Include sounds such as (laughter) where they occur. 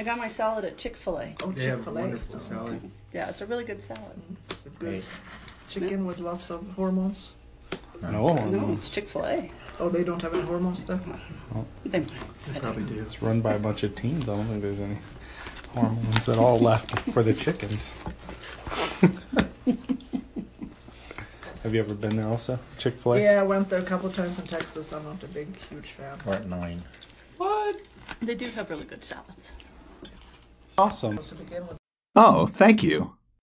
I got my salad at Chick Fil A. Oh, They have Chick-fil-A. wonderful Oh, salad. okay. Yeah, it's a really good salad. It's a good chicken with lots of hormones. No, No, it's Chick Fil A. Oh, they don't have any hormones there? They They probably do. it's run by a bunch of teens. I don't think there's any hormones at all left for the chickens. (laughs) Have you ever been there also? Chick fil A? Yeah, I went there a couple times in Texas. I'm not a big, huge fan. We're at nine. they do have really good salads. Awesome. To begin with, Oh, thank you.